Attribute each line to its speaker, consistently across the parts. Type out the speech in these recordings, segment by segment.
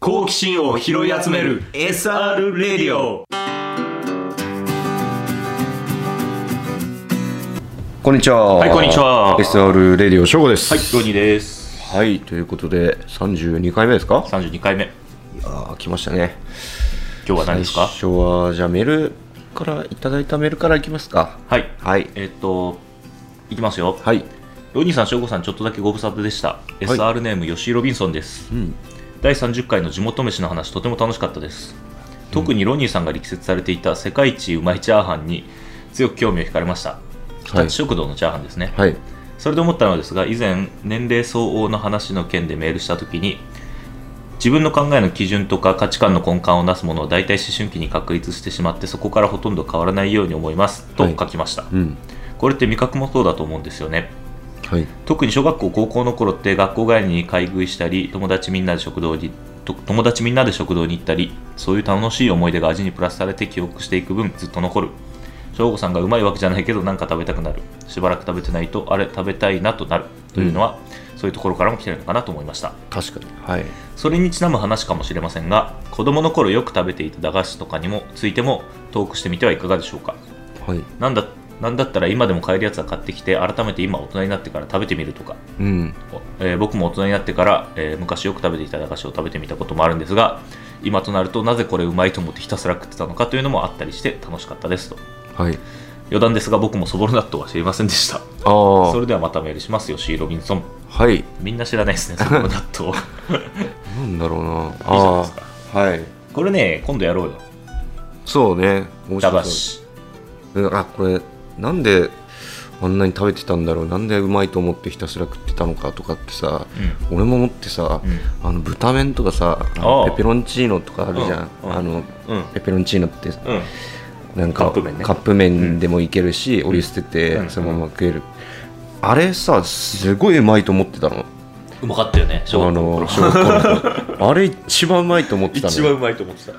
Speaker 1: 好奇心を拾い集める SR レディオ
Speaker 2: こんにちは。はい
Speaker 1: こんにちは
Speaker 2: SR レディオ翔吾です。
Speaker 1: はいロニーです
Speaker 2: はい。ということで、32回目ですか
Speaker 1: 32回目
Speaker 2: ああ、来ましたね。
Speaker 1: 今日は何ですか
Speaker 2: 最初は、じゃあメールから、いただいたメールからいきますか。
Speaker 1: はい
Speaker 2: はい。
Speaker 1: えっといきますよ、
Speaker 2: はい。
Speaker 1: ロニーさん、ショーゴさん、ちょっとだけご無沙汰でした。SR ネーム、吉井ロビンソンです。
Speaker 2: ん
Speaker 1: 第30回の地元飯の話、とても楽しかったです。特にロニーさんが力説されていた世界一うまいチャーハンに強く興味を惹かれました。日立食堂のチャーハンですね。
Speaker 2: はい。
Speaker 1: それで思ったのですが以前年齢相応の話の件でメールした時に自分の考えの基準とか価値観の根幹をなすものを大体思春期に確立してしまってそこからほとんど変わらないように思いますと
Speaker 2: はい
Speaker 1: 書きました、
Speaker 2: うん。
Speaker 1: これって味覚もそうだと思うんですよね
Speaker 2: はい。
Speaker 1: 特に小学校高校の頃って学校帰りに買い食いしたり友達みんなで食堂にと友達みんなで食堂に行ったりそういう楽しい思い出が味にプラスされて記憶していく分ずっと残る省吾さんがうまいわけじゃないけどなんか食べたくなるしばらく食べてないとあれ食べたいなとなるというのは、そういうところからも来てるのかなと思いました
Speaker 2: 確かに。はい。
Speaker 1: それにちなむ話かもしれませんが子供の頃よく食べていた駄菓子とかにもついてもトークしてみてはいかがでしょうか
Speaker 2: はい。
Speaker 1: なんだなんだったら今でも買えるやつは買ってきて改めて今大人になってから食べてみるとか
Speaker 2: うん。
Speaker 1: えー僕も大人になってから、えー昔よく食べていた駄菓子を食べてみたこともあるんですが今となるとなぜこれうまいと思ってひたすら食ってたのかというのもあったりして楽しかったですと
Speaker 2: はい。
Speaker 1: 余談ですが僕もそぼろ納豆は知りませんでした
Speaker 2: ああ
Speaker 1: そ。れではまたメールします吉井ロビンソン
Speaker 2: はい。
Speaker 1: みんな知らな いですねそぼろ納豆
Speaker 2: なんだろうな。
Speaker 1: いいじゃな
Speaker 2: あ
Speaker 1: いですか
Speaker 2: あ。はい。
Speaker 1: これね今度やろうよ
Speaker 2: そうね。面
Speaker 1: 駄菓
Speaker 2: そ
Speaker 1: 子
Speaker 2: ううんあ、これ、なんで、あんなに食べてたんだろうなんでうまいと思ってひたすら食ってたのかとかってさ、俺も思ってさ、
Speaker 1: う
Speaker 2: あの豚麺とかさあ
Speaker 1: あ
Speaker 2: の
Speaker 1: あ
Speaker 2: ペペロンチーノとかあるじゃん、
Speaker 1: うんうん
Speaker 2: あの
Speaker 1: うんうん
Speaker 2: ペペロンチーノって
Speaker 1: うん
Speaker 2: なんか
Speaker 1: カップ麺ね
Speaker 2: 麺でもいけるし、お湯捨て
Speaker 1: う
Speaker 2: て
Speaker 1: ん
Speaker 2: そのまま食える、あれさすごいうまいと思ってたの
Speaker 1: うまかったよね小
Speaker 2: あ
Speaker 1: 学校の
Speaker 2: の
Speaker 1: 頃
Speaker 2: 小学校の頃 あれ一番うまいと思ってた
Speaker 1: 一
Speaker 2: の
Speaker 1: 番
Speaker 2: よ
Speaker 1: うまいと思ってた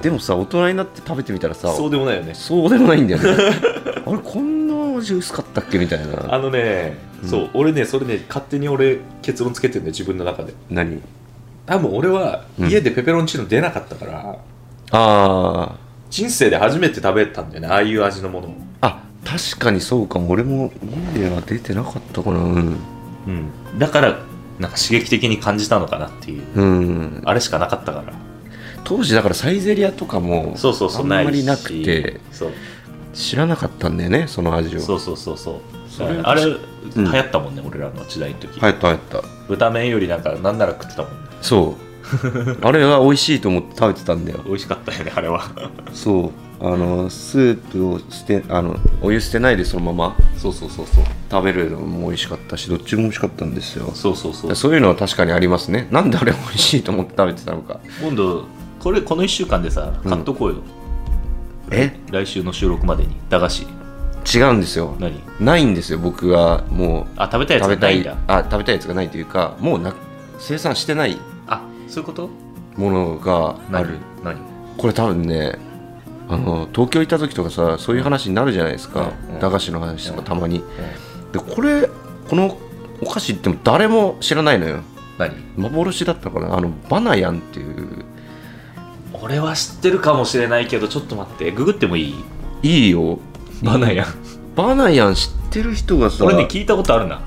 Speaker 2: でもさ大人になって食べてみたらさ
Speaker 1: そうでもないよね
Speaker 2: そうでもないんだよね あれこんな味薄かったっけみたいな
Speaker 1: あのね、
Speaker 2: うん
Speaker 1: そう俺ねそれね勝手に俺結論つけてるんだよ自分の中で
Speaker 2: 何
Speaker 1: 多分俺は
Speaker 2: うん
Speaker 1: 家でペペロンチーノ出なかったから、
Speaker 2: あ
Speaker 1: 人生で初めて食べたんだよねああいう味のものを
Speaker 2: ああ確かにそうかも俺も家では出てなかったかなうん
Speaker 1: うんだからなんか刺激的に感じたのかなっていう
Speaker 2: うん
Speaker 1: あれしかなかったから
Speaker 2: 当時だからサイゼリアとかも
Speaker 1: そうそうそう
Speaker 2: あん
Speaker 1: い
Speaker 2: まり
Speaker 1: し
Speaker 2: なくて
Speaker 1: そう
Speaker 2: 知らなかったんだよねその味を
Speaker 1: そうそうそうそう
Speaker 2: それ
Speaker 1: だからあれ流
Speaker 2: ん
Speaker 1: 行ったもんね、俺らの時代の時、
Speaker 2: 入った入った
Speaker 1: 豚麺よりなんかなんなら食ってたもんね
Speaker 2: そう あれは美味しいと思って食べてたんだよ
Speaker 1: 美味しかったよねあれは
Speaker 2: そうあのスープを捨てあのお湯捨てないでそのまま
Speaker 1: そうそうそうそう
Speaker 2: 食べるのも美味しかったしどっちも美味しかったんですよ
Speaker 1: そうそうそう
Speaker 2: そういうのは確かにありますねなんであれ美味しいと思って食べてたのか
Speaker 1: 今度これこの1週間でさ
Speaker 2: うん
Speaker 1: 買っとこうよ、
Speaker 2: え
Speaker 1: 来週の収録までに駄菓子
Speaker 2: 違うんですよ
Speaker 1: 何
Speaker 2: ないんですよ僕はもう
Speaker 1: あ食べたいやつ
Speaker 2: 食
Speaker 1: が
Speaker 2: べた
Speaker 1: ないん
Speaker 2: い
Speaker 1: だ
Speaker 2: あ食べたいやつがないというかもうな生産してない
Speaker 1: あそういうこと
Speaker 2: ものがある
Speaker 1: 何
Speaker 2: これ多分ねあの東京行った時とかさそういう話になるじゃないですか、
Speaker 1: うん
Speaker 2: 駄菓子の話とかたまに、でこれこのお菓子っても誰も知らないのよ
Speaker 1: 何
Speaker 2: 幻だったのかなあのバナヤンっていう
Speaker 1: 俺は知ってるかもしれないけどちょっと待ってググってもいい
Speaker 2: いいよ
Speaker 1: バナヤン
Speaker 2: バナヤン知ってる人がさ
Speaker 1: 俺ね聞いたことあるな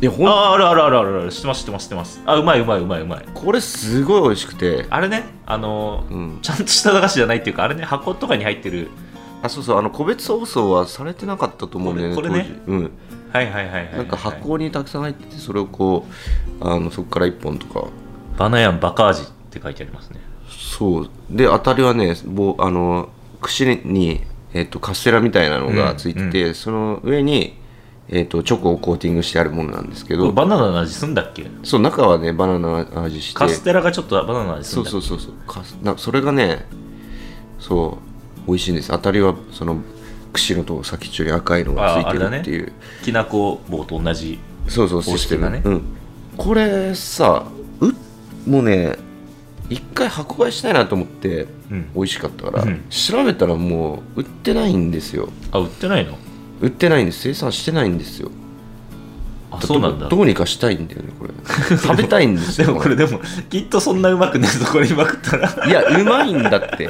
Speaker 1: い
Speaker 2: やほん
Speaker 1: ああるあるあるあるある知ってます知ってます知ってますあうまいうまいうまいうまい
Speaker 2: これすごい美味しくて
Speaker 1: あれねあのー
Speaker 2: うん、
Speaker 1: ちゃんとした駄菓子じゃないっていうかあれね箱とかに入ってる
Speaker 2: あそうそうあの個別包装はされてなかったと思うんだよね
Speaker 1: これこれね
Speaker 2: 当時
Speaker 1: はいはいはいはい、
Speaker 2: うん、なんか箱にたくさん入っててそれをこうあのそこから1本とか
Speaker 1: バナヤンバカ味って書いてありますね
Speaker 2: そうで当たりはねぼあの串に、えっとカステラみたいなのがついてて、その上に、えっとチョコをコーティングしてあるものなんですけ
Speaker 1: これ
Speaker 2: ど
Speaker 1: バナナの味すんだっけ
Speaker 2: そう中はねバナナの味して
Speaker 1: カステラがちょっとバナナの味す
Speaker 2: そ
Speaker 1: ん
Speaker 2: う
Speaker 1: だっけ
Speaker 2: そうそうそうカスなそれがねそう美味しいんです当たりはその串のとこ先っちょに赤いのがついてるっていう、
Speaker 1: きなこ棒と同じ
Speaker 2: そうそう
Speaker 1: 方
Speaker 2: システ
Speaker 1: 式が
Speaker 2: ム、
Speaker 1: ね
Speaker 2: うん、これさうもうね一回箱買いしたいなと思って
Speaker 1: うん
Speaker 2: 美味しかったから、
Speaker 1: うん
Speaker 2: 調べたらもう売ってないんですよ
Speaker 1: あ売ってないの
Speaker 2: 売ってないんです生産してないんですよ
Speaker 1: あそうなんだ
Speaker 2: どうにかしたいんだよねこれ食べたいんです
Speaker 1: で
Speaker 2: よ
Speaker 1: もこれでもきっとそんなうまくないぞこれ今食ったら
Speaker 2: いやうまいんだって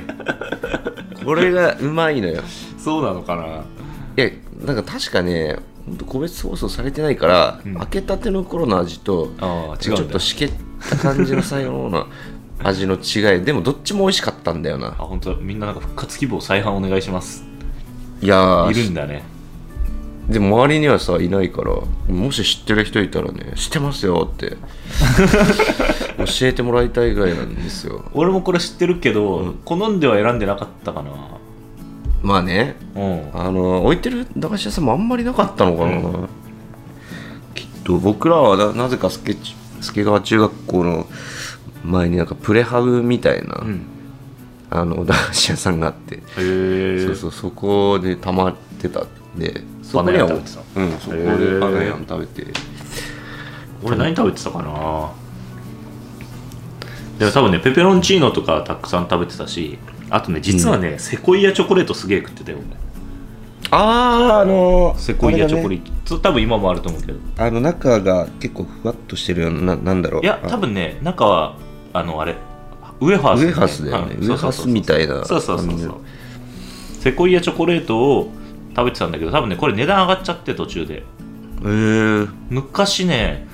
Speaker 2: これがうまいのよ
Speaker 1: そうなのかない
Speaker 2: やなんか確かねほんと個別包装されてないから、
Speaker 1: うん
Speaker 2: 開けたての頃の味と
Speaker 1: ああ
Speaker 2: ち
Speaker 1: 違う
Speaker 2: ょ
Speaker 1: んだ
Speaker 2: っとしけった感じの最後 の味の違いでもどっちも美味しかったんだよ
Speaker 1: あ
Speaker 2: な
Speaker 1: 本当だみんななんか復活希望再販お願いします
Speaker 2: いやー
Speaker 1: いるんだね
Speaker 2: でも周りにはさいないからもし知ってる人いたらね知ってますよって 教えてもらいたいぐらいなんですよ
Speaker 1: 俺もこれ知ってるけど、
Speaker 2: うん
Speaker 1: 好んでは選んでなかったかな
Speaker 2: まあね
Speaker 1: うん
Speaker 2: あの置いてる駄菓子屋さんもあんまりなかったのかな、きっと僕らはななぜか助っち助川中学校の前になんかプレハブみたいな、
Speaker 1: うん
Speaker 2: あの駄菓子屋さんがあって
Speaker 1: へえ
Speaker 2: そうそうそこで溜まってたんでそこには
Speaker 1: バナナ食べて
Speaker 2: うんそこで
Speaker 1: へえ
Speaker 2: バナナ食べて
Speaker 1: 俺何食べてたかなでも多分ねペペロンチーノとかたくさん食べてたしあとね実はね、セコイアチョコレートすげえ食ってたよね
Speaker 2: あああの
Speaker 1: セコイアチョコレ
Speaker 2: ー
Speaker 1: ート、多分今もあると思うけど
Speaker 2: あの中が結構ふわっとしてるようなななんだろう
Speaker 1: いや
Speaker 2: あ
Speaker 1: 多分ね中はあのあれウエハース、
Speaker 2: ウエハースだよね
Speaker 1: はいそうそう
Speaker 2: ウエハー
Speaker 1: そう
Speaker 2: スみたいな
Speaker 1: そうそうそう
Speaker 2: 感じ
Speaker 1: そ
Speaker 2: の
Speaker 1: うセコイアチョコレートを食べてたんだけど多分ねこれ値段上がっちゃって途中で
Speaker 2: へえ
Speaker 1: 昔ね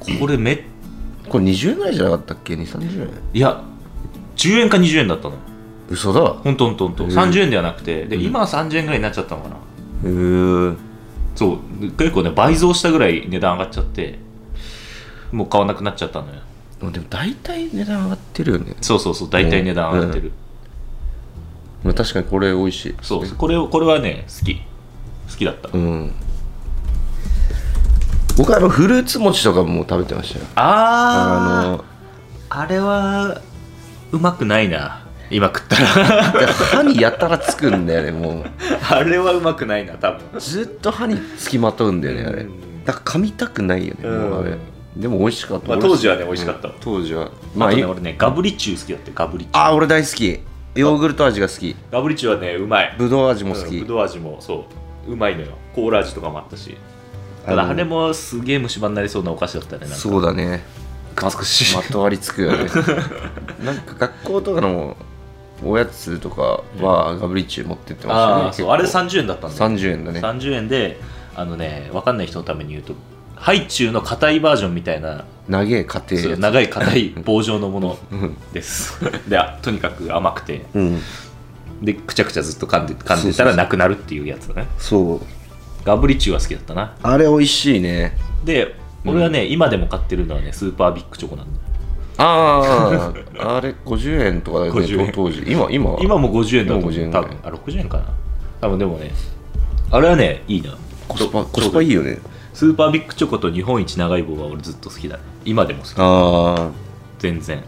Speaker 1: これめっ
Speaker 2: これ20円ぐらいじゃなかったっけ230円
Speaker 1: いや10円か20円だったの
Speaker 2: 嘘だ
Speaker 1: ほんとほんとほんと
Speaker 2: へえ
Speaker 1: 30円ではなくてで
Speaker 2: うん
Speaker 1: 今は30円ぐらいになっちゃったのかな
Speaker 2: へえ
Speaker 1: そう結構ね倍増したぐらい値段上がっちゃってもう買わなくなっちゃったのよ
Speaker 2: まあでも大体値段上がってるよね、
Speaker 1: そうそうそう大体値段上がってる、
Speaker 2: まあ、確かにこれ美味しい
Speaker 1: そうこれをこれはね好き好きだった、
Speaker 2: うん僕はあのフルーツ餅とかも食べてましたよ
Speaker 1: あーあ
Speaker 2: あ
Speaker 1: れはうまくないな今食ったら
Speaker 2: の歯にやたらつくんだよねも
Speaker 1: あれはうまくないな多分
Speaker 2: うずっと歯につきまとうんだよねあれ
Speaker 1: うん
Speaker 2: だから噛みたくないよねもうあれ
Speaker 1: うん
Speaker 2: でも美味しかった、
Speaker 1: まあ
Speaker 2: 俺
Speaker 1: 当時はね美味しかった
Speaker 2: うん当時はま
Speaker 1: まあ
Speaker 2: あ、
Speaker 1: とね
Speaker 2: い
Speaker 1: 俺ねガブリチュー好きだってガブリチュー
Speaker 2: あ俺大好きヨーグルト味が好き
Speaker 1: ガブリチューはねうまい
Speaker 2: ぶどう味も好
Speaker 1: うん
Speaker 2: き
Speaker 1: ぶどう味もそううまいのよコーラ味とかもあったし
Speaker 2: あ
Speaker 1: た
Speaker 2: の
Speaker 1: だあれもすげえ虫歯になりそうなお菓子だったねなんか
Speaker 2: そうだね
Speaker 1: くっつくし
Speaker 2: まとわりつくよねなんか学校とかのおやつとかはガブリッチュ持ってってましたね
Speaker 1: ああ
Speaker 2: 結
Speaker 1: そう
Speaker 2: 構
Speaker 1: あれ30円だったんだよ
Speaker 2: 30円だね
Speaker 1: 30円であのね分かんない人のために言うとハイチュウの硬いバージョンみたいな
Speaker 2: 長え家庭
Speaker 1: そう
Speaker 2: やつ
Speaker 1: 長い硬い棒状のもの
Speaker 2: うん
Speaker 1: です。で、あとにかく甘くて、
Speaker 2: うん
Speaker 1: で、くちゃくちゃずっと噛んで噛んで
Speaker 2: そ
Speaker 1: た
Speaker 2: うそうそ
Speaker 1: ら
Speaker 2: う
Speaker 1: なくなるっていうやつだね。
Speaker 2: そう
Speaker 1: ガブリチュウは好きだったな。
Speaker 2: あれ美味しいね
Speaker 1: で、俺はね、今でも買ってるのはね、スーパービッグチョコなんだよ。
Speaker 2: あああれ50円とかだよ
Speaker 1: 50
Speaker 2: ね
Speaker 1: 円
Speaker 2: と当時今今は
Speaker 1: 今も50円だと思う。
Speaker 2: 今50円ぐ
Speaker 1: 多
Speaker 2: らい
Speaker 1: 分あ、60円かな。多分でもね、あれはね、いいな。
Speaker 2: コスパ
Speaker 1: ど
Speaker 2: コスパいいよね
Speaker 1: スーパービッグチョコと日本一長い棒は俺ずっと好きだね。今でも好き。
Speaker 2: ああ
Speaker 1: 全然。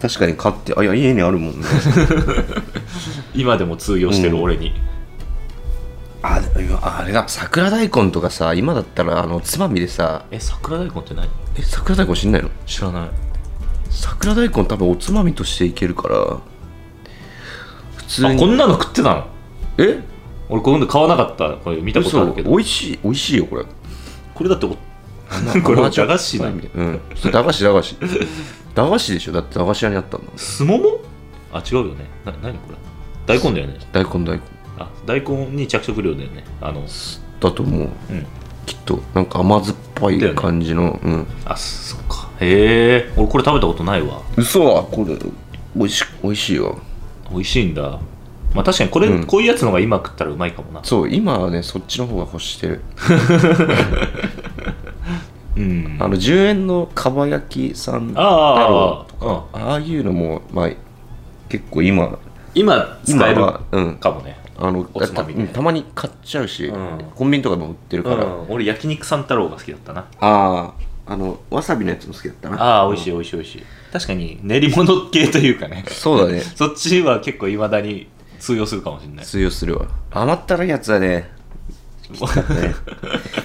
Speaker 2: 確かに買ってあいや家にあるもんね
Speaker 1: 今でも通用してる俺に。
Speaker 2: あでもあれだ桜大根とかさ今だったらあのつまみでさ
Speaker 1: え、桜大根って何
Speaker 2: え桜大根知んないの
Speaker 1: 知らない。
Speaker 2: 桜大根多分おつまみとしていけるから普通
Speaker 1: あ、こ
Speaker 2: に
Speaker 1: んなの食ってたの
Speaker 2: え
Speaker 1: 俺今度買わなかった。これ見たことあ
Speaker 2: 嘘
Speaker 1: るけど
Speaker 2: 美。味しい美味しいよこれ
Speaker 1: これだっておこれは駄菓子なの
Speaker 2: うんそう駄菓子駄菓子駄菓子でしょだって駄菓子屋にあったんだもん
Speaker 1: すももあ違うよねな何これ大根だよね
Speaker 2: 大根大根
Speaker 1: あ大根に着色料だよねあの
Speaker 2: だと思う
Speaker 1: うん
Speaker 2: きっとなんか甘酸っぱい感じの、うん
Speaker 1: あそっかへえ俺これ食べたことないわ
Speaker 2: 嘘はこれ美味し美味しいよ
Speaker 1: 美味しいんだまあ確かにこれ、
Speaker 2: うん
Speaker 1: こういうやつの方が今食ったらうまいかもな
Speaker 2: そう今はねそっちの方が欲してる
Speaker 1: うん
Speaker 2: あの10円のかば焼きさん
Speaker 1: あ
Speaker 2: あ
Speaker 1: あああああ
Speaker 2: あいうのもまあ結構今
Speaker 1: 今
Speaker 2: 今
Speaker 1: 使える
Speaker 2: はうん
Speaker 1: かもね
Speaker 2: あの
Speaker 1: おつまみで
Speaker 2: たたまに買っちゃうし、
Speaker 1: うん
Speaker 2: コンビニとかでも売ってる
Speaker 1: う
Speaker 2: から、
Speaker 1: ん俺焼肉三太郎が好きだったな
Speaker 2: あああのわさびのやつも好きだったな
Speaker 1: ああ美味しい美味しい美味しい確かに練り物系というかね
Speaker 2: そうだね
Speaker 1: そっちは結構いまだに通用するかもしれない
Speaker 2: 通用するわ甘ったらいやつはねきつかった ねって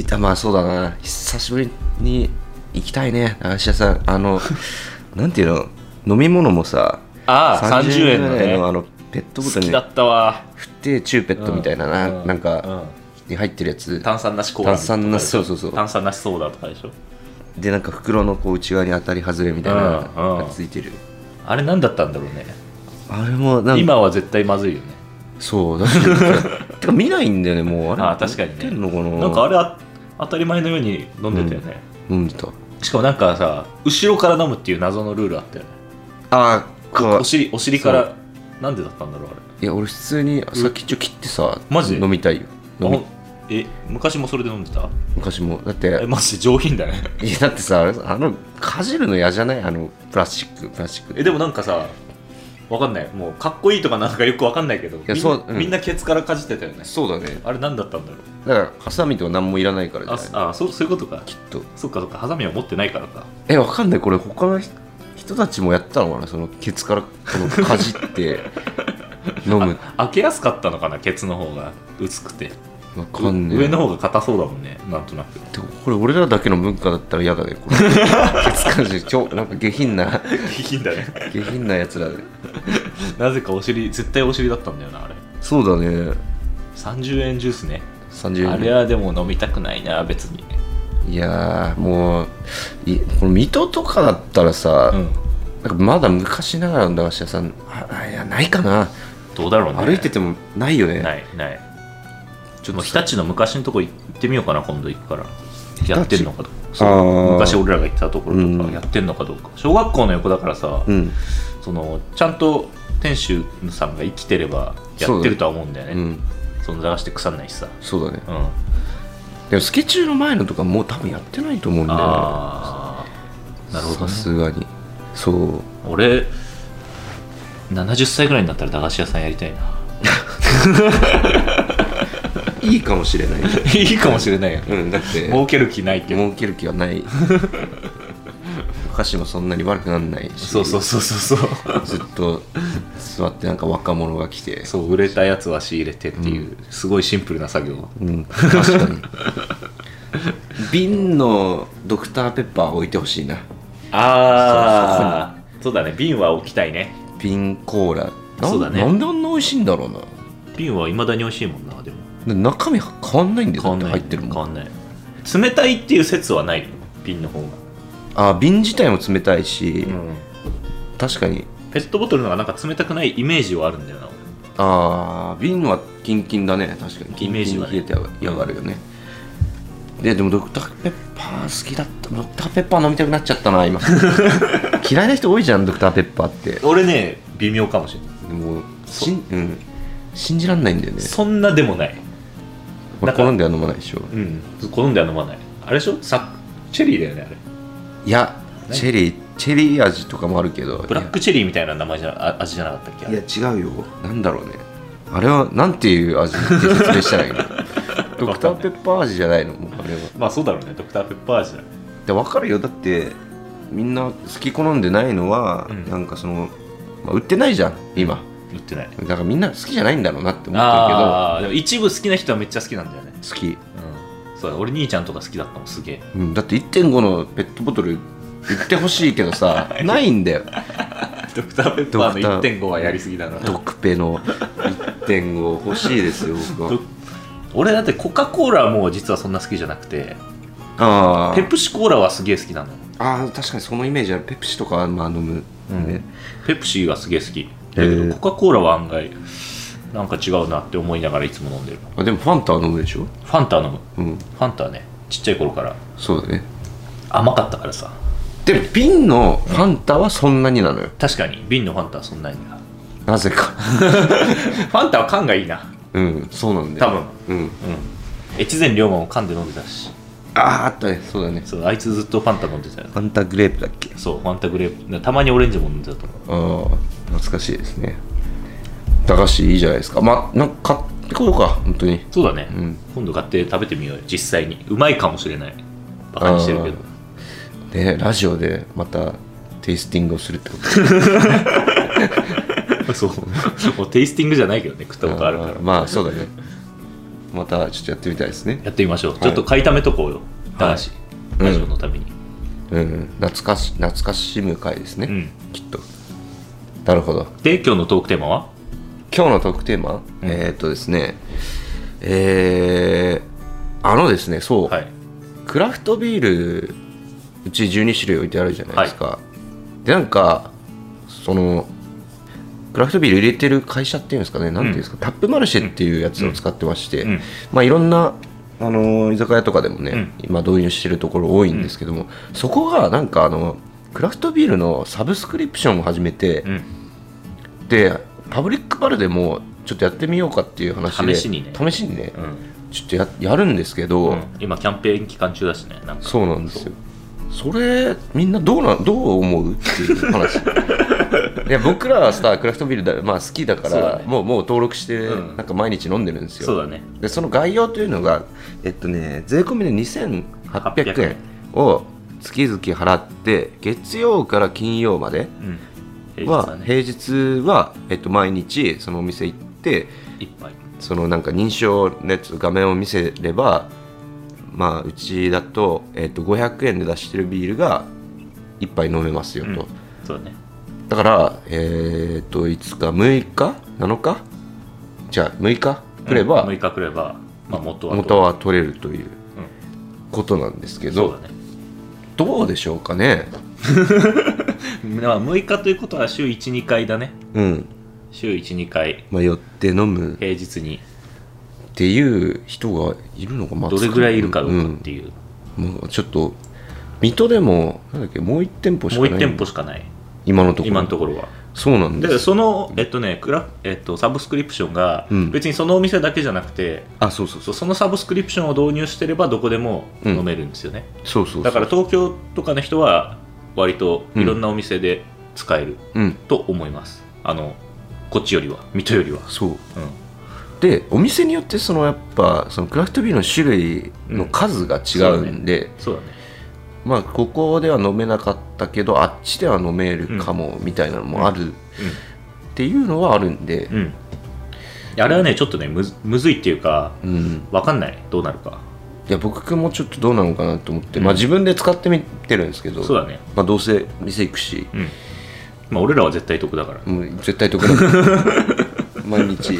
Speaker 2: 言ったらまあそうだな久しぶりに行きたいね駄菓子屋さんあ のなんていうの飲み物もさ
Speaker 1: ああ30円の
Speaker 2: ぐらいの
Speaker 1: ね
Speaker 2: あのペットボ
Speaker 1: 好
Speaker 2: トル
Speaker 1: き
Speaker 2: に
Speaker 1: だったわ
Speaker 2: 振ってチューペットみたいなな,、
Speaker 1: う
Speaker 2: なんか、
Speaker 1: うん
Speaker 2: に入ってるやつ
Speaker 1: 炭酸なしコーラ
Speaker 2: 炭酸なしそうそうそう
Speaker 1: 炭酸なしソーダとかでしょ
Speaker 2: でなんか袋のこう内側に当たり外れみたいな
Speaker 1: うんうん
Speaker 2: やつついてる
Speaker 1: あれ何だったんだろうね
Speaker 2: あれもなんか
Speaker 1: 今は絶対まずいよね
Speaker 2: そうだからてか見ないんだよねもうあれ
Speaker 1: あー確かにね
Speaker 2: 売ってんのかな
Speaker 1: なんかあれあ当たり前のように飲んでたよね、
Speaker 2: 飲んでた
Speaker 1: しかもなんかさ後ろから飲むっていう謎のルールあったよね
Speaker 2: あーか
Speaker 1: お尻お尻からなんでだったんだろうあ
Speaker 2: い
Speaker 1: れ
Speaker 2: や俺普通に先っちょ切ってさ
Speaker 1: マジ
Speaker 2: 飲みたいよ飲
Speaker 1: あほ
Speaker 2: み
Speaker 1: んえ昔もそれで飲んでた
Speaker 2: 昔もだっ
Speaker 1: え
Speaker 2: て
Speaker 1: マジで上品だね
Speaker 2: いやだってさあのかじるの嫌じゃないあのプラスチックプラスチック
Speaker 1: えでもなんかさわかんないもうかっこいいとかなんかよくわかんないけどみんな
Speaker 2: そううん
Speaker 1: みんなケツからかじってたよね
Speaker 2: そうだね
Speaker 1: あれ何だったんだろう
Speaker 2: だからハサミとか何もいらないからじゃ
Speaker 1: あ
Speaker 2: ない
Speaker 1: あそうそういうことか
Speaker 2: きっと
Speaker 1: そっかそっかハサミは持ってないからか
Speaker 2: えわかんないこれ他の人人たちもやったのかなそのケツからこのかじって 飲む
Speaker 1: 開けやすかったのかなケツの方が薄くて
Speaker 2: わかんねえ
Speaker 1: 上の方が硬そうだもんねなんとなく
Speaker 2: でもこれ俺らだけの文化だったら嫌だねこ れケツかじる超なんか下品ない
Speaker 1: いんだね
Speaker 2: 下品なやつらで
Speaker 1: なぜかお尻絶対お尻だったんだよなあれ
Speaker 2: そうだね
Speaker 1: 30円ジュースね
Speaker 2: 30
Speaker 1: あれはでも飲みたくないな別に
Speaker 2: いやーもういこの水戸とかだったらさ、
Speaker 1: うん
Speaker 2: なんかまだ昔ながらの駄菓子屋さんああいやないかな
Speaker 1: どうだろうね
Speaker 2: 歩いててもないよね
Speaker 1: ないないちょっと日立の昔のとこ行ってみようかな今度行くから
Speaker 2: 立
Speaker 1: やってんのかどうか
Speaker 2: あ
Speaker 1: そう
Speaker 2: ー
Speaker 1: 昔俺らが行ってたところと
Speaker 2: う
Speaker 1: か
Speaker 2: ん
Speaker 1: やってんのかどうか小学校の横だからさ、
Speaker 2: うん
Speaker 1: そのちゃんと店主さんが生きてればやってるとは思うんだよね
Speaker 2: う
Speaker 1: そ
Speaker 2: ん
Speaker 1: の駄菓子って腐んないしさ
Speaker 2: そうだね
Speaker 1: うん
Speaker 2: でもスケチューの前のとかもう多分やってないと思うんだよ
Speaker 1: ああ
Speaker 2: ね
Speaker 1: なるほど、
Speaker 2: さ
Speaker 1: ね、
Speaker 2: すがにそう
Speaker 1: 俺70歳ぐらいになったら駄菓子屋さんやりたいな
Speaker 2: いいかもしれない
Speaker 1: いいかもしれないよね
Speaker 2: うんだ って
Speaker 1: 儲ける気ないけど
Speaker 2: 儲ける気はない お菓子もそんなに悪くなんないし
Speaker 1: そうそうそうそうそう
Speaker 2: ずっと座ってなんか若者が来て
Speaker 1: そう売れたやつは仕入れてっていう、すごいシンプルな作業
Speaker 2: うん確かに瓶のドクターペッパー置いてほしいな
Speaker 1: ああそうだね瓶は置きたいね
Speaker 2: 瓶コーラな
Speaker 1: そうだね
Speaker 2: なんであんな美味しいんだろう
Speaker 1: 瓶はいまだに美味しいもんなでも
Speaker 2: なで中身変わんないんだよ
Speaker 1: 変わん
Speaker 2: だ
Speaker 1: な
Speaker 2: っ
Speaker 1: い
Speaker 2: て入ってるもん
Speaker 1: 変わんない冷たいっていう説はない瓶の方が、
Speaker 2: あ瓶自体も冷たいし、確かに
Speaker 1: ペットボトルの方がなんか冷たくないイメージはあるんだよな
Speaker 2: あー瓶はキンキンだね確かにキンキン
Speaker 1: イメージはね
Speaker 2: 冷えてやがるよね、ででもドクターペッパー好きだったドクターペッパー飲みたくなっちゃったな今 嫌いな人多いじゃんドクターペッパーって
Speaker 1: 俺ね微妙かもしれない
Speaker 2: もうしん、うん、信じらんないんだよね
Speaker 1: そんなでもない
Speaker 2: 俺
Speaker 1: だから
Speaker 2: 好んでは飲まないでしょ
Speaker 1: うん好んでは飲まないあれでしょさチェリーだよねあれ
Speaker 2: いや
Speaker 1: 何
Speaker 2: チェリーチェリー味とかもあるけど
Speaker 1: ブラックチェリーみたいな名前じゃあ味じゃなかったっけあ
Speaker 2: いや
Speaker 1: れ
Speaker 2: いや違うよなんだろうねあれはなんていう味って説明したらいい のドクターペッパー味じゃないのもうあれは
Speaker 1: まあそうだろうねドクターペッパー味だね
Speaker 2: で分かるよだってみんな好き好んでないのは、
Speaker 1: うん
Speaker 2: なんかその、まあ売ってないじゃん今
Speaker 1: 売ってない
Speaker 2: だからみんな好きじゃないんだろうなって思って
Speaker 1: ああーでも一部好きな人はめっちゃ好きなんだよね
Speaker 2: るけど好き、
Speaker 1: うんそうだ俺兄ちゃんとか好きだったもんすげえ
Speaker 2: うん、だって1.5のペットボトル売ってほしいけど さないんだよ
Speaker 1: ドクターペッ
Speaker 2: パーの1.5
Speaker 1: はやりすぎだな
Speaker 2: ドクペの1.5欲しいですよ僕は
Speaker 1: 俺だってコカ・コーラはもう実はそんな好きじゃなくて
Speaker 2: あ
Speaker 1: ペプシコーラはすげえ好きなの
Speaker 2: ああ確かにそのイメージあるペプシとかはまあ飲む、
Speaker 1: うん
Speaker 2: ね
Speaker 1: ペプシーはすげえ好きだけ
Speaker 2: ー
Speaker 1: どコカ・コーラは案外なんか違うなって思いながらいつも飲んでる
Speaker 2: あでもファンタは飲むでしょ
Speaker 1: ファンタは飲む
Speaker 2: うん
Speaker 1: ファンタはねちっちゃい頃から
Speaker 2: そうだね
Speaker 1: 甘かったからさ
Speaker 2: でも瓶のファンタはそんなになのよ
Speaker 1: 確かに瓶のファンタはそんなにな
Speaker 2: なぜか
Speaker 1: ファンタは缶がいいな
Speaker 2: うんそうなんだ
Speaker 1: 多
Speaker 2: よ分
Speaker 1: 分
Speaker 2: うん
Speaker 1: うん越前龍馬も缶で飲んでたし
Speaker 2: あああったねそうだね
Speaker 1: そうあいつずっとファンタ飲んでたよ
Speaker 2: ファンタグレープだっけ
Speaker 1: そうファンタグレープたまにオレンジも飲んでたと思う
Speaker 2: ああ懐かしいですね駄菓子いいじゃないですかまあなんか買ってこようか本当に
Speaker 1: そうだね、
Speaker 2: うん
Speaker 1: 今度買って食べてみようよ実際にうまいかもしれないバカにしてるけど
Speaker 2: でラジオでまたテイスティングをするってこと
Speaker 1: そうもうテイスティングじゃないけどね食ったことあるから
Speaker 2: ーまあそうだねまたちょっとやってみたいですね
Speaker 1: やってみましょう、
Speaker 2: い
Speaker 1: ちょっと買いためとこうよ駄菓子、
Speaker 2: うん
Speaker 1: ラジオのために、
Speaker 2: うん、懐かし懐かしむ回ですね、
Speaker 1: うん
Speaker 2: きっとなるほど
Speaker 1: で今日のトークテーマは
Speaker 2: 今日のトークテーマ、
Speaker 1: うん
Speaker 2: えーっとですねえー、あのですねそう、
Speaker 1: はい
Speaker 2: クラフトビールうち12種類置いてあるじゃないですか、でなんかそのクラフトビール入れてる会社っていうんですかねなんていうんですか、タップマルシェっていうやつを使ってまして、
Speaker 1: うん
Speaker 2: まあいろんなあのー居酒屋とかでもね、
Speaker 1: うん
Speaker 2: 今導入してるところ多いんですけども、そこがなんかあのクラフトビールのサブスクリプションを始めて、
Speaker 1: うん
Speaker 2: でパブリックバルでもちょっとやってみようかっていう話で
Speaker 1: 試しにね
Speaker 2: 試しにね
Speaker 1: うん
Speaker 2: ちょっとややるんですけど、
Speaker 1: うん今キャンペーン期間中だしねなんか
Speaker 2: そうなんですよそれみんなどうなんどう思うっていう 話いや僕らはさクラフトビールだ、まあ、好きだか
Speaker 1: そうだ
Speaker 2: ら
Speaker 1: ね
Speaker 2: もうもう登録して、
Speaker 1: うん
Speaker 2: なんか毎日飲んでるんですよ
Speaker 1: そうだね
Speaker 2: でその概要というのがえっとね税込みで2800
Speaker 1: 800
Speaker 2: 円を月々払って月曜から金曜まで
Speaker 1: うん平日だ
Speaker 2: は
Speaker 1: ね
Speaker 2: 平日は、えっと、毎日そのお店行って
Speaker 1: 一杯
Speaker 2: そのなんか認証のやつ画面を見せればまあうちだと,、えっと500円で出してるビールが1杯飲めますよ
Speaker 1: うん
Speaker 2: と、
Speaker 1: そうだね
Speaker 2: だからえっといつか6日7日じゃあ6日くれば、
Speaker 1: うん6日くればまあ元は
Speaker 2: 元は取れるという
Speaker 1: うん
Speaker 2: ことなんですけ
Speaker 1: そ
Speaker 2: ど、
Speaker 1: うだね
Speaker 2: どうでしょうかね
Speaker 1: まあ6日ということは週12回だね
Speaker 2: うん
Speaker 1: 週12回
Speaker 2: 迷って飲むっ
Speaker 1: 平日に
Speaker 2: ていう人がいるのかまあ
Speaker 1: どれぐらいいるかど
Speaker 2: う
Speaker 1: うかっ
Speaker 2: ん
Speaker 1: ていう、
Speaker 2: もうちょっと水戸でもなんだっけもう1店舗しか
Speaker 1: もう
Speaker 2: ない
Speaker 1: 1店舗しかない
Speaker 2: 今のところ
Speaker 1: 今のところは
Speaker 2: そうなんで
Speaker 1: ですその、えっとねクラ、えっと、サブスクリプションが、
Speaker 2: うん
Speaker 1: 別にそのお店だけじゃなくて
Speaker 2: あそうそうそ
Speaker 1: そううそのサブスクリプションを導入してればどこでも
Speaker 2: うん
Speaker 1: 飲めるんですよね、
Speaker 2: そうそう
Speaker 1: だから東京とかの人は割といろんなお店で使える
Speaker 2: うん
Speaker 1: と思います、あのこっちよりは水戸よりは、
Speaker 2: そう
Speaker 1: うん、
Speaker 2: でお店によってそのやっぱそのクラフトビールの種類の数が違うんで、
Speaker 1: そうだね
Speaker 2: まあここでは飲めなかったけどあっちでは飲めるかもみたいなのもあるっていうのはあるんで
Speaker 1: うん、うん、あれはねちょっとねむずむずいっていうか
Speaker 2: うん、
Speaker 1: わかんないどうなるか
Speaker 2: いや僕もちょっとどうなのかなと思って、
Speaker 1: うん
Speaker 2: まあ自分で使ってみてるんですけど
Speaker 1: そうだね
Speaker 2: まあ、どうせ店行くし
Speaker 1: うんまあ俺らは絶対得だから
Speaker 2: もう絶対得な 毎日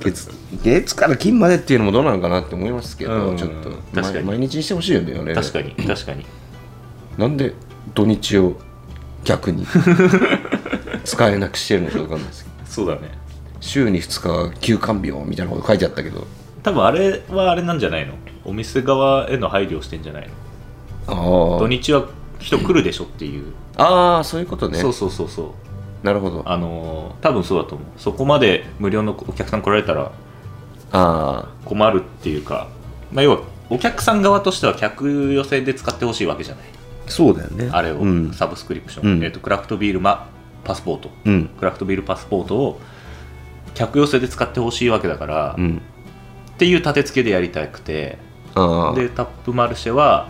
Speaker 2: 月月から金までっていうのもどうなのかなって思いますけど、
Speaker 1: うん
Speaker 2: ちょっと
Speaker 1: 確かに
Speaker 2: ま毎日にしてほしいよねあれ
Speaker 1: 確かに確かに
Speaker 2: なんで土日を逆 に使えなくしてるのか分かんないですけど
Speaker 1: そうだね
Speaker 2: 週に2日は休館日をみたいなこと書いてあったけど
Speaker 1: 多分あれはあれなんじゃないのお店側への配慮をしてんじゃないの
Speaker 2: あ
Speaker 1: 土
Speaker 2: ー
Speaker 1: 日は人来るでしょっていう、
Speaker 2: あーそういうことね
Speaker 1: そうそうそうそう
Speaker 2: なるほどあ
Speaker 1: あのー多分そうだと思うそこまで無料のお客さん来られたら
Speaker 2: あ
Speaker 1: 困るっていうか、まあ、要はお客さん側としては客寄せで使ってほしいわけじゃない
Speaker 2: ーそうだよね
Speaker 1: あれを、
Speaker 2: うん、
Speaker 1: サブスクリプション、
Speaker 2: うん
Speaker 1: えー、とクラフトビール、ま、パスポート
Speaker 2: うん
Speaker 1: クラフトビールパスポートを客寄せで使ってほしいわけだから、
Speaker 2: う
Speaker 1: っ
Speaker 2: ん、
Speaker 1: ていう立て付けでやりたくて
Speaker 2: ああ
Speaker 1: でタップマルシェは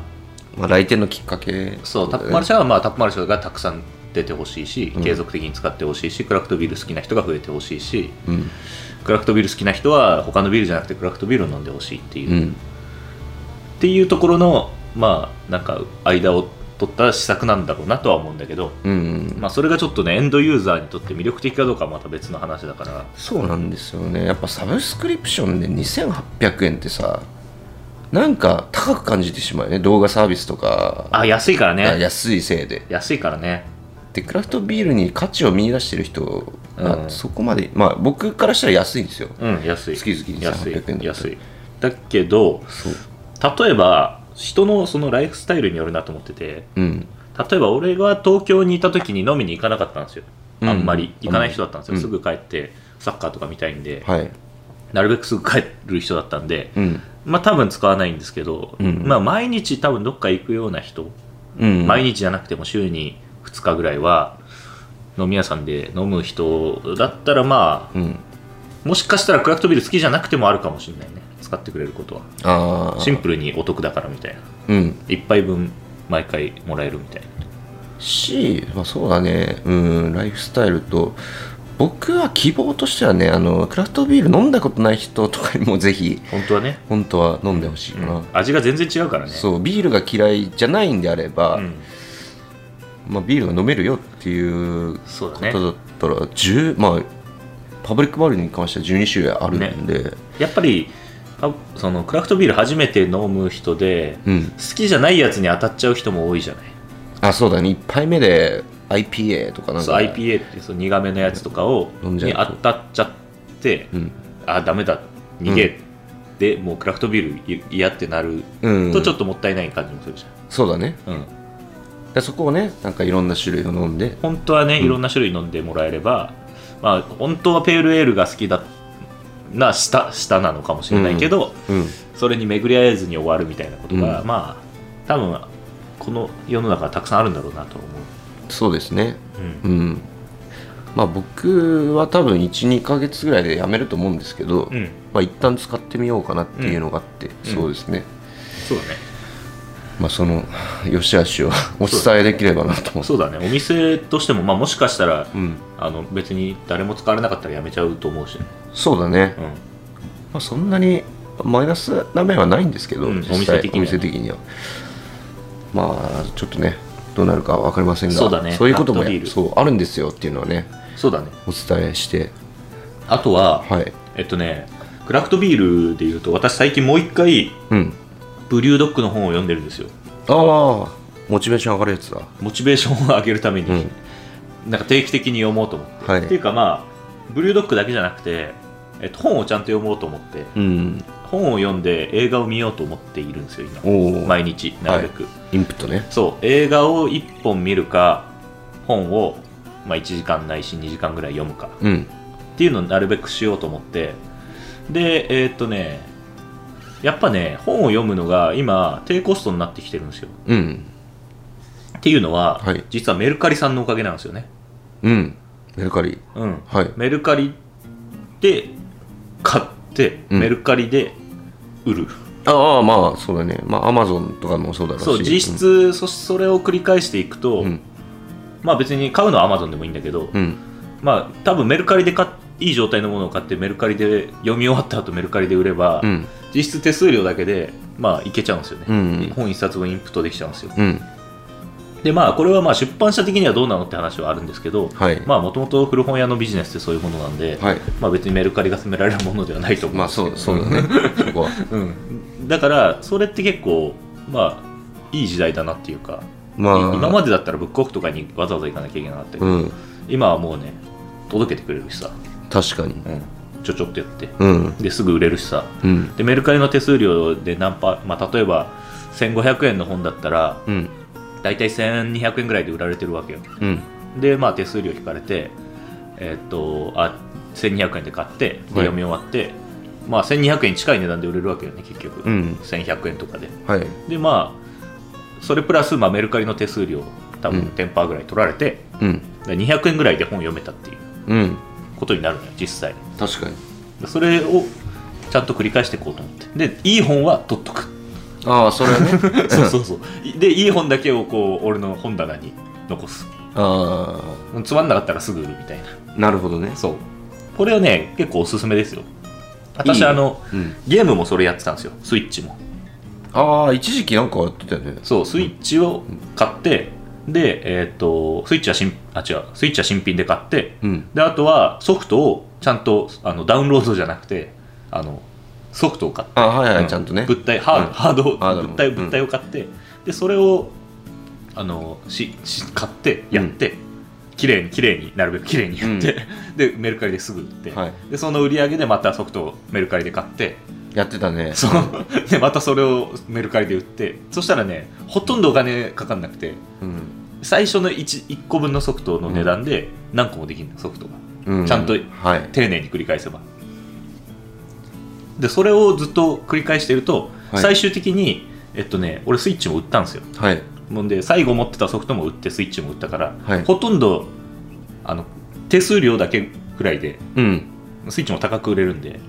Speaker 2: まあ、来店のきっかけ
Speaker 1: そうタップマル
Speaker 2: シ
Speaker 1: シェは、まあ、タップマルシェがたくさん出てほしいし
Speaker 2: うん
Speaker 1: 継続的に使ってほしいし、クラフトビール好きな人が増えてほしいし
Speaker 2: ャうん
Speaker 1: クラフトビール好きな人は他のビールじゃなくてクラフトビールを飲んでほしいっていう、
Speaker 2: う
Speaker 1: っ
Speaker 2: ん
Speaker 1: ていうところのまあなんか間を取った施策なんだろうなとは思うんだけど、
Speaker 2: うん
Speaker 1: まあ、それがちょっとねエンドユーザーにとって魅力的かどうかはまた別の話だから
Speaker 2: そうなんですよねやっぱサブスクリプションで2800円ってさなんか高く感じてしまうよね動画サービスとか
Speaker 1: あ安いからね
Speaker 2: 安いせいで
Speaker 1: 安いからね
Speaker 2: でクラフトビールに価値を見出してる人が、
Speaker 1: うん
Speaker 2: そこまでまあ僕からしたら安いんですよ
Speaker 1: うん安い
Speaker 2: 月々
Speaker 1: 安
Speaker 2: 2800円だった
Speaker 1: い
Speaker 2: ら
Speaker 1: 安いだけど
Speaker 2: そう
Speaker 1: 例えば人のそのライフスタイルによるなと思ってて
Speaker 2: うん
Speaker 1: 例えば俺が東京にいた時に飲みに行かなかったんですよ、
Speaker 2: うん
Speaker 1: あんまり行かない人だったんですよ、
Speaker 2: うん
Speaker 1: すぐ帰ってサッカーとか見たいんで、
Speaker 2: はい
Speaker 1: なるべくすぐ帰る人だったんで、
Speaker 2: うん
Speaker 1: まあ多分使わないんですけど、
Speaker 2: うん
Speaker 1: まあ毎日多分どっか行くような人、
Speaker 2: うん
Speaker 1: 毎日じゃなくても週に2日ぐらいは飲み屋さんで飲む人だったらま
Speaker 2: うん
Speaker 1: あもしかしたらクラフトビール好きじゃなくてもあるかもしれないね使ってくれることは
Speaker 2: ああ
Speaker 1: シンプルにお得だからみたいな
Speaker 2: うん
Speaker 1: 1杯分毎回もらえるみたいな
Speaker 2: し、まあ、そうだねうんライフスタイルと僕は希望としてはねあのクラフトビール飲んだことない人とかにもぜひ
Speaker 1: 本当はね
Speaker 2: 本当は飲んでほしいかな、
Speaker 1: 味が全然違うからね
Speaker 2: そうビールが嫌いじゃないんであれば、
Speaker 1: ん、
Speaker 2: まあ、ビールが飲めるよっていう
Speaker 1: そうだ
Speaker 2: こ
Speaker 1: ね
Speaker 2: とだったら、10まあパブリックバルに関しては12種類あるんで、
Speaker 1: やっぱりあそのクラフトビール初めて飲む人で
Speaker 2: うん
Speaker 1: 好きじゃないやつに当たっちゃう人も多いじゃない
Speaker 2: あそうだね1杯目で IPA とかなん
Speaker 1: そ
Speaker 2: か
Speaker 1: う IPA ってそう苦めのやつとかを
Speaker 2: 飲んじゃう
Speaker 1: に当たっちゃって、
Speaker 2: うん
Speaker 1: あダメだ逃げ、でもうクラフトビールい嫌ってなる
Speaker 2: うん
Speaker 1: とちょっともったいない感じもするじ
Speaker 2: そうだね
Speaker 1: ゃん、うん
Speaker 2: でそこをねなんかいろんな種類を飲んで
Speaker 1: 本当はねいろんな種類飲んでもらえれば、まあ本当はペールエールが好きだな下下なのかもしれないけど、
Speaker 2: うん
Speaker 1: それに巡り合えずに終わるみたいなことが、
Speaker 2: う
Speaker 1: まあ多分この世の中はたくさんあるんだろうなと思う、
Speaker 2: そうですね
Speaker 1: うん
Speaker 2: うんまあ僕は多分12ヶ月ぐらいでやめると思うんですけど、
Speaker 1: うん、
Speaker 2: まあ一旦使ってみようかなっていうのがあって、そうですね
Speaker 1: そうだね
Speaker 2: まあその良し悪しをお伝えできればなと思って
Speaker 1: そうだねお店としても、まあ、もしかしたら
Speaker 2: うん
Speaker 1: あの別に誰も使われなかったらやめちゃうと思うし、
Speaker 2: そうだね
Speaker 1: う、ん
Speaker 2: まあ、そんなにマイナスな面はないんですけど、
Speaker 1: うん
Speaker 2: 実際
Speaker 1: お店的には
Speaker 2: お店的にはまあちょっとねどうなるか分かりませんが
Speaker 1: そうだね
Speaker 2: いうことも
Speaker 1: ラットビール
Speaker 2: そうあるんですよっていうのはね
Speaker 1: そうだね
Speaker 2: お伝えして
Speaker 1: あとは、
Speaker 2: はい
Speaker 1: えっとねクラフトビールでいうと私最近もう一回
Speaker 2: うん
Speaker 1: ブリュードッグの本を読んでるんですよ
Speaker 2: ああモチベーション上がるやつだ
Speaker 1: モチベーションを上げるために、
Speaker 2: うん
Speaker 1: なんか定期的に読もうと思って、
Speaker 2: はい
Speaker 1: っていうかまあブリュードッグだけじゃなくて、えっと、本をちゃんと読もうと思って、
Speaker 2: うん
Speaker 1: 本を読んで映画を見ようと思っているんですよ今
Speaker 2: おお、
Speaker 1: 毎日なるべく、
Speaker 2: インプットね
Speaker 1: そう映画を1本見るか本を、まあ、1時間ないし2時間ぐらい読むか
Speaker 2: うん
Speaker 1: っていうのをなるべくしようと思ってでえーっとねやっぱね本を読むのが今低コストになってきてるんですよ
Speaker 2: うん
Speaker 1: っていうのは、
Speaker 2: はい
Speaker 1: 実はメルカリさんのおかげなんですよね
Speaker 2: うんメルカリ
Speaker 1: うん
Speaker 2: はい
Speaker 1: メルカリで買って、
Speaker 2: うん
Speaker 1: メルカリで売る
Speaker 2: ああまあそうだねまあアマゾンとかもそうだろうし
Speaker 1: そう実質、そそれを繰り返していくと、
Speaker 2: うん
Speaker 1: まあ別に買うのは Amazon でもいいんだけど、
Speaker 2: うん
Speaker 1: まあ多分メルカリで買っいい状態のものを買ってメルカリで読み終わった後メルカリで売れば、
Speaker 2: うん
Speaker 1: 実質手数料だけでまあいけちゃうんですよね、
Speaker 2: うん
Speaker 1: 本一冊分インプットできちゃうんですよ
Speaker 2: うん
Speaker 1: でまあこれはまあ出版社的にはどうなのって話はあるんですけど
Speaker 2: はい、
Speaker 1: まあもともと古本屋のビジネスってそういうものなんで、
Speaker 2: はい
Speaker 1: まあ別にメルカリが責められるものではないと思う
Speaker 2: まあそうそう だねそこは
Speaker 1: うん、だからそれって結構まあいい時代だなっていうか、
Speaker 2: まあ
Speaker 1: 今までだったらブックオフとかにわざわざ行かなきゃいけなかったけど、
Speaker 2: うん
Speaker 1: 今はもうね届けてくれるしさ、
Speaker 2: 確かに
Speaker 1: うん、ちょちょっとやって
Speaker 2: うん
Speaker 1: ですぐ売れるしさ
Speaker 2: うん
Speaker 1: でメルカリの手数料で何パー、まあ、例えば1500円の本だったら
Speaker 2: うん
Speaker 1: 大体1200円ぐらいで売られてるわけよ
Speaker 2: うん
Speaker 1: でまあ手数料引かれてえーっとあ1200円で買ってで読み終わって、まあ1200円近い値段で売れるわけよね結局、
Speaker 2: うん
Speaker 1: 1100円とかで
Speaker 2: はい
Speaker 1: でまあそれプラス、まあ、メルカリの手数料多
Speaker 2: うん
Speaker 1: 分10%ぐらい取られて、
Speaker 2: うん
Speaker 1: で200円ぐらいで本読めたっていう
Speaker 2: うん
Speaker 1: ことになるのよ実際
Speaker 2: 確かに
Speaker 1: でそれをちゃんと繰り返していこうと思ってでいい本は取っとく
Speaker 2: ああそれはね
Speaker 1: そうそうそうでいい本だけをこう俺の本棚に残す
Speaker 2: あ
Speaker 1: つまんなかったらすぐ売るみたいな
Speaker 2: あなるほどね
Speaker 1: そうこれはね結構おすすめですよ私
Speaker 2: いいね
Speaker 1: あの
Speaker 2: うん
Speaker 1: ゲームもそれやってたんですよスイッチも
Speaker 2: ああ一時期なんかやってたよね
Speaker 1: そうスイッチを買って、でえーっとスイッチは新あ違うスイッチは新品で買って
Speaker 2: うん
Speaker 1: であとはソフトをちゃんとあのダウンロードじゃなくてあのソフトを買って
Speaker 2: あはいはい、
Speaker 1: うん
Speaker 2: ちゃんとね
Speaker 1: 物体ハード,、
Speaker 2: うん
Speaker 1: ハードを
Speaker 2: ハードの
Speaker 1: 物体
Speaker 2: うん
Speaker 1: 物体を買って、でそれをあのしし買ってやって、綺麗に綺麗になるべく綺麗にやって、 でメルカリですぐ売って、
Speaker 2: はい
Speaker 1: でその売り上げでまたソフトをメルカリで買って
Speaker 2: やってたね
Speaker 1: そう でまたそれをメルカリで売ってそしたらねほとんどお金かかんなくて
Speaker 2: うん
Speaker 1: 最初の 1, 一個分のソフトの値段で何個もできるのソフトが
Speaker 2: う
Speaker 1: ちゃんと
Speaker 2: はい
Speaker 1: 丁寧に繰り返せばでそれをずっと繰り返していると、
Speaker 2: はい
Speaker 1: 最終的にえっとね俺スイッチも売ったんですよ
Speaker 2: はい
Speaker 1: もんで最後持ってたソフトも売ってスイッチも売ったから、
Speaker 2: はい
Speaker 1: ほとんどあの手数料だけくらいで
Speaker 2: うん
Speaker 1: スイッチも高く売れるんで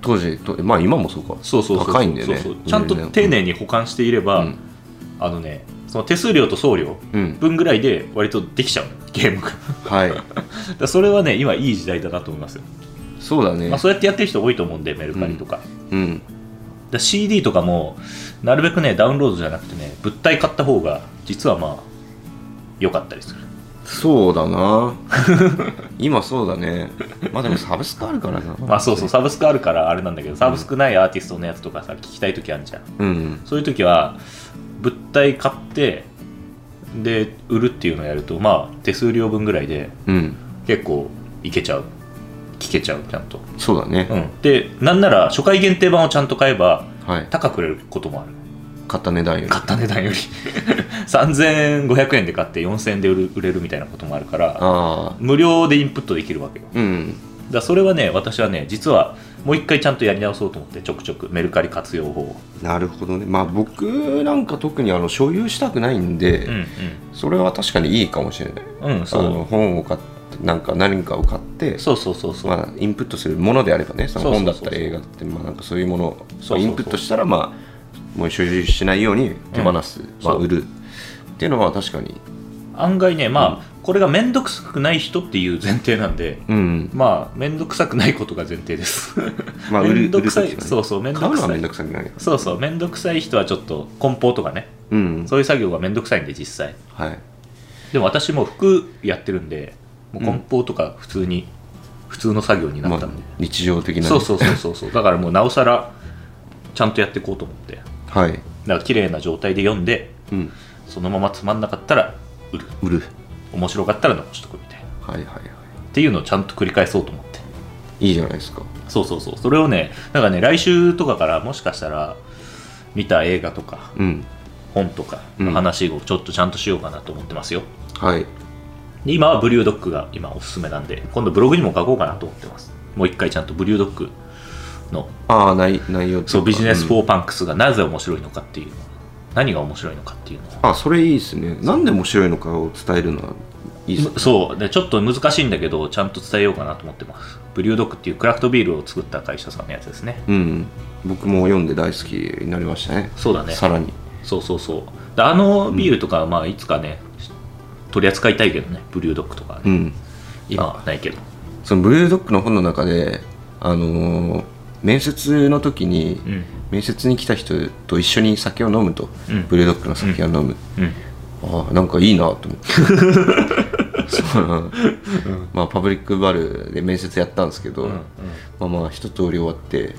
Speaker 2: 当時とまあ今もそうか
Speaker 1: そうそうそう
Speaker 2: 高いんだよね
Speaker 1: そうそうちゃんと丁寧に保管していれば、
Speaker 2: うん
Speaker 1: あのねその手数料と送料
Speaker 2: うん
Speaker 1: 分ぐらいで割とできちゃうゲームが だか
Speaker 2: はい
Speaker 1: らそれはね今いい時代だなと思いますよ、
Speaker 2: そうだね
Speaker 1: まあ、そうやってやってる人多いと思うんでメルカリとか、
Speaker 2: うん
Speaker 1: だ CD とかもなるべくねダウンロードじゃなくてね物体買った方が実はまあ良かったりする
Speaker 2: そうだな 今そうだねまあでもサブスクあるからな
Speaker 1: まあそうそうサブスクあるからあれなんだけどサブスクないアーティストのやつとかさ聞きたい時あるじゃん
Speaker 2: うん
Speaker 1: そういう時は物体買ってで売るっていうのをやるとまあ手数料分ぐらいで
Speaker 2: うん
Speaker 1: 結構いけちゃう聞けちゃうちゃんと、
Speaker 2: そうだね、
Speaker 1: うん、でなんなら初回限定版をちゃんと買えば
Speaker 2: はい
Speaker 1: 高く売れることもある
Speaker 2: 買った値段より
Speaker 1: 買った値段より 3500円で買って4000円で売る売れるみたいなこともあるから
Speaker 2: ああ
Speaker 1: 無料でインプットできるわけよ
Speaker 2: うん
Speaker 1: だからそれはね私はね実はもう一回ちゃんとやり直そうと思ってちょくちょくメルカリ活用法を
Speaker 2: なるほどねまあ僕なんか特にあの所有したくないんで、
Speaker 1: うん
Speaker 2: それは確かにいいかもしれない
Speaker 1: うんうん
Speaker 2: あの
Speaker 1: そう
Speaker 2: 本を買ってなんか何かを買って
Speaker 1: そうそうそうそう、
Speaker 2: まあ、インプットするものであればねそ
Speaker 1: そ
Speaker 2: の
Speaker 1: うそう
Speaker 2: 本
Speaker 1: そう
Speaker 2: だ
Speaker 1: そ
Speaker 2: っ
Speaker 1: う
Speaker 2: たり映画だってまあなんかそういうものを
Speaker 1: そうそうそ
Speaker 2: ま
Speaker 1: う
Speaker 2: あインプットしたらまあもう所有しないように手放す、まあ、
Speaker 1: そう
Speaker 2: 売るっていうのは確かに
Speaker 1: 案外ねまあ、これが面倒くさくない人っていう前提なんで
Speaker 2: うん
Speaker 1: まあ面倒くさくないことが前提です
Speaker 2: まあ売る
Speaker 1: 面倒くさ
Speaker 2: 売
Speaker 1: い、
Speaker 2: る時はね
Speaker 1: そうそう面
Speaker 2: 買
Speaker 1: 倒
Speaker 2: う
Speaker 1: く
Speaker 2: のは
Speaker 1: さ
Speaker 2: 面
Speaker 1: い
Speaker 2: 倒くさくないよ
Speaker 1: そうそう面倒くさい人はちょっと梱包とかね
Speaker 2: うん
Speaker 1: そういう作業が面倒くさいんで実際
Speaker 2: はい
Speaker 1: でも私も服やってるんでもう梱包とか普通に、普通の作業にな
Speaker 2: ま
Speaker 1: っ
Speaker 2: あ
Speaker 1: たんで、
Speaker 2: 日常的なね
Speaker 1: そうそうそうそうそうだからもうなおさらちゃんとやっていこうと思ってだか
Speaker 2: はい、
Speaker 1: ら綺麗な状態で読んで
Speaker 2: うん、
Speaker 1: そのままつまんなかったら売る
Speaker 2: 売る
Speaker 1: 面白かったら残しとくみたいなっ
Speaker 2: はいはいは
Speaker 1: ていうのをちゃんと繰り返そうと思って
Speaker 2: いいいじゃないですか
Speaker 1: そうそうそうそれをねなんかね来週とかからもしかしたら見た映画とか
Speaker 2: うん
Speaker 1: 本とかの話をちょっとちゃんとしようかなと思ってますよ、
Speaker 2: はい
Speaker 1: で今はブリュードックが今おすすめなんで今度ブログにも書こうかなと思ってますもう一回ちゃんとブリュードックの
Speaker 2: ああ内内容っていか
Speaker 1: そうビジネス・
Speaker 2: ん
Speaker 1: フォー・パンクスがなぜ面白いのかっていう何が面白いのかっていうのを
Speaker 2: あそれいいですねなんで面白いのかを伝えるのはいいですね
Speaker 1: そうでちょっと難しいんだけどちゃんと伝えようかなと思ってますブリュードックっていうクラフトビールを作った会社さんのやつですね
Speaker 2: うん僕も読んで大好きになりましたね
Speaker 1: そうだね
Speaker 2: さらに
Speaker 1: そうそうそうであのビールとかはまあいつかね、取り扱いたいけどねブリュードックとかね、
Speaker 2: うん
Speaker 1: 今はないけど
Speaker 2: そのブルードックの本の中であのー面接の時に、
Speaker 1: うん
Speaker 2: 面接に来た人と一緒に酒を飲むと、
Speaker 1: うん
Speaker 2: ブルードックの酒を飲む、
Speaker 1: うん
Speaker 2: ああなんかいいなと思って そうなのまあパブリックバルで面接やったんですけど、
Speaker 1: うんうん
Speaker 2: まあまあ一通り終わって、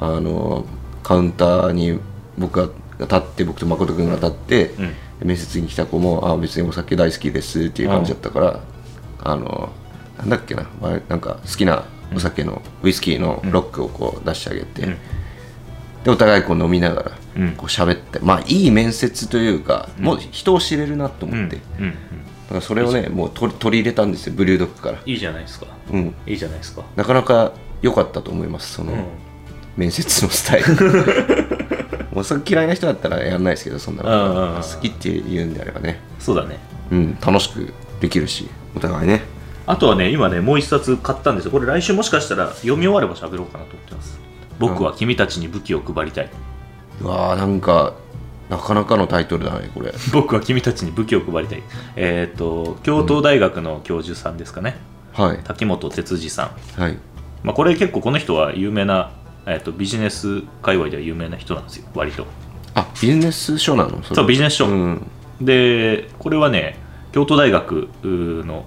Speaker 1: うんうん
Speaker 2: あのカウンターに僕が立って僕と誠君が立って、
Speaker 1: うん
Speaker 2: 面接に来た子も「あ別にお酒大好きです」っていう感じだったから、あのなんだっけな、まあ、なんか好きなお酒の、ウイスキーのロックをこう出してあげて、
Speaker 1: うん
Speaker 2: でお互いこう飲みながら
Speaker 1: うん
Speaker 2: こう喋って、まあいい面接というか、もう人を知れるなと
Speaker 1: うん
Speaker 2: 思って、だ
Speaker 1: うんうん
Speaker 2: からそれをねもう取り取り入れたんですよブリュードックから、
Speaker 1: いいじゃないですか
Speaker 2: うん、
Speaker 1: いいじゃないですか
Speaker 2: なかなか良かったと思いますその、
Speaker 1: うん
Speaker 2: 面接のスタイル お酒嫌いな人だったらやんないですけどそんなこ
Speaker 1: うんうんうんうん
Speaker 2: と好きって言うんであればね
Speaker 1: そうだね
Speaker 2: うん楽しくできるしお互いね
Speaker 1: あとはね今ねもう一冊買ったんですよこれ来週もしかしたら読み終われば喋ろうかなと思ってます僕は君たちに武器を配りたい、
Speaker 2: うわーなんかなかなかのタイトルだねこれ
Speaker 1: 僕は君たちに武器を配りたいえっ、と京都大学の教授さんですかね、
Speaker 2: はい
Speaker 1: 滝本哲司さん
Speaker 2: はい
Speaker 1: まあ、これ結構この人は有名な、えっとビジネス界隈では有名な人なんですよ割と
Speaker 2: あビジネス書なのそれ
Speaker 1: そうビジネス書、
Speaker 2: うん
Speaker 1: でこれはね京都大学うーの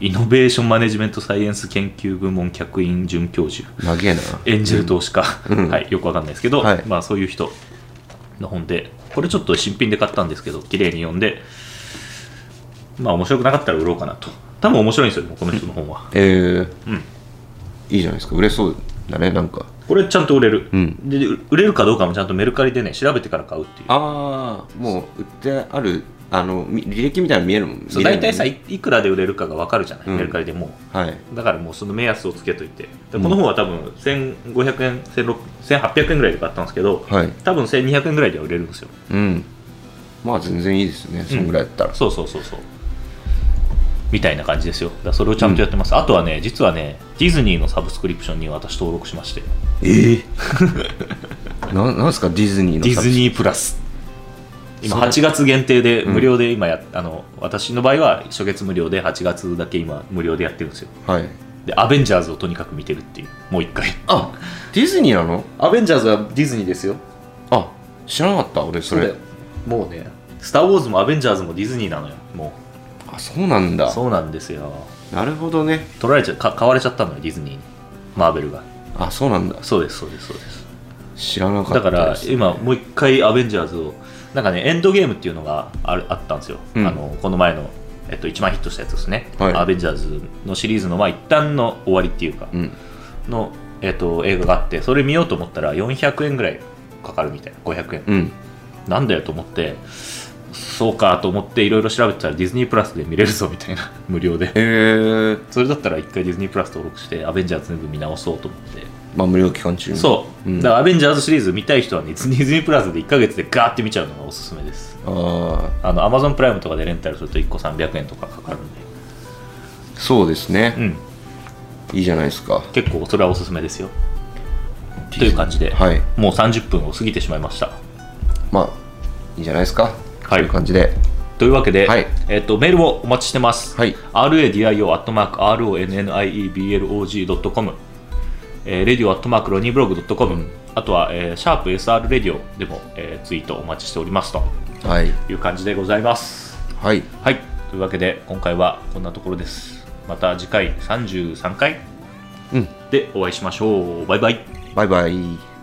Speaker 1: イノベーションマネジメントサイエンス研究部門客員准教授
Speaker 2: 長えな
Speaker 1: エンジェル投資家、
Speaker 2: うん
Speaker 1: はい、よくわかんないですけど、
Speaker 2: はい
Speaker 1: まあ、そういう人の本でこれちょっと新品で買ったんですけど綺麗に読んでまあ面白くなかったら売ろうかなと多分面白いんですよでもこの人の本は
Speaker 2: えー、
Speaker 1: うん
Speaker 2: いいじゃないですか売れそうだねなんか
Speaker 1: これちゃんと売れる、
Speaker 2: うん
Speaker 1: で売れるかどうかもちゃんとメルカリでね調べてから買うっていう
Speaker 2: ああもう売ってあるあのみ履歴みたいなの見えるもん
Speaker 1: そう
Speaker 2: 見れる
Speaker 1: 大
Speaker 2: もんね
Speaker 1: 体さいいくらで売れるかが分かるじゃない、
Speaker 2: うん
Speaker 1: メルカリでも
Speaker 2: はい、
Speaker 1: うだからもうその目安をつけといてでこの本は多分1500円1600 1800円ぐらいで買ったんですけど、
Speaker 2: はい、
Speaker 1: 多分1200円ぐらいでは売れるんですよ
Speaker 2: うんまあ全然いいですねそんぐらいやったら、
Speaker 1: そうそうそうそうみたいな感じですよだからそれをちゃんとやってます、あとはね実はねディズニーのサブスクリプションに私登録しまして
Speaker 2: ええ ななんですかディズニーの
Speaker 1: ディズ
Speaker 2: ー
Speaker 1: ニープラス今
Speaker 2: それ
Speaker 1: 8月限定で
Speaker 2: うん
Speaker 1: 無料で今や、あの私の場合は初月無料で8月だけ今無料でやってるんですよ
Speaker 2: はい
Speaker 1: でアベンジャーズをとにかく見てるっていうもう一回
Speaker 2: あディズニーなの
Speaker 1: アベンジャーズはディズニーですよ
Speaker 2: あ知らなかった俺それ
Speaker 1: もうね「スター・ウォーズ」も「アベンジャーズ」もディズニーなのよもう
Speaker 2: あそうなんだ
Speaker 1: そうなんですよ
Speaker 2: なるほどね
Speaker 1: 取られちゃか買われちゃったのよディズニーにマーベルが
Speaker 2: あそうなんだ
Speaker 1: そうですそうですそうです
Speaker 2: 知らなか
Speaker 1: だ
Speaker 2: っ
Speaker 1: か
Speaker 2: た
Speaker 1: ら
Speaker 2: です
Speaker 1: 今もう一回アベンジャーズをなんかねエンドゲームっていうのがあるあったんですよ、
Speaker 2: うん
Speaker 1: あのこの前の、えっと、一番ヒットしたやつですね、
Speaker 2: はい
Speaker 1: アベンジャーズのシリーズのまあ一旦の終わりっていうか
Speaker 2: うん
Speaker 1: の、えっと、映画があってそれ見ようと思ったら400円ぐらいかかるみたいな500円、
Speaker 2: うん
Speaker 1: なんだよと思ってそうかと思っていろいろ調べてたらディズニープラスで見れるぞみたいな無料で
Speaker 2: へえ
Speaker 1: それだったら一回ディズニープラス登録してアベンジャーズ全部見直そうと思って
Speaker 2: まあ無料期間中
Speaker 1: そう、
Speaker 2: うん
Speaker 1: だからアベンジャーズシリーズ見たい人はね ディズニープラスで1ヶ月でガーって見ちゃうのがおすすめです
Speaker 2: あ
Speaker 1: あのアマゾンプライムとかでレンタルすると1個300円とかかかるんで
Speaker 2: あそうですね、
Speaker 1: うん
Speaker 2: いいじゃないですか
Speaker 1: 結構それはおすすめですよという感じで、
Speaker 2: はい
Speaker 1: もう30分を過ぎてしまいました
Speaker 2: まあいいじゃないですか
Speaker 1: はい
Speaker 2: という感じで
Speaker 1: というわけで、
Speaker 2: はい
Speaker 1: えっとメールをお待ちしてます、
Speaker 2: はい
Speaker 1: radio.ronnieblog.com、えー、radio.ronnieblog.com、あとは、えー、シャープ s r レディオでも、えーツイートお待ちしておりますと
Speaker 2: はい
Speaker 1: いう感じでございます
Speaker 2: はい
Speaker 1: はいというわけで今回はこんなところですまた次回33回
Speaker 2: うん
Speaker 1: でお会いしましょうバイバイ
Speaker 2: バイバイ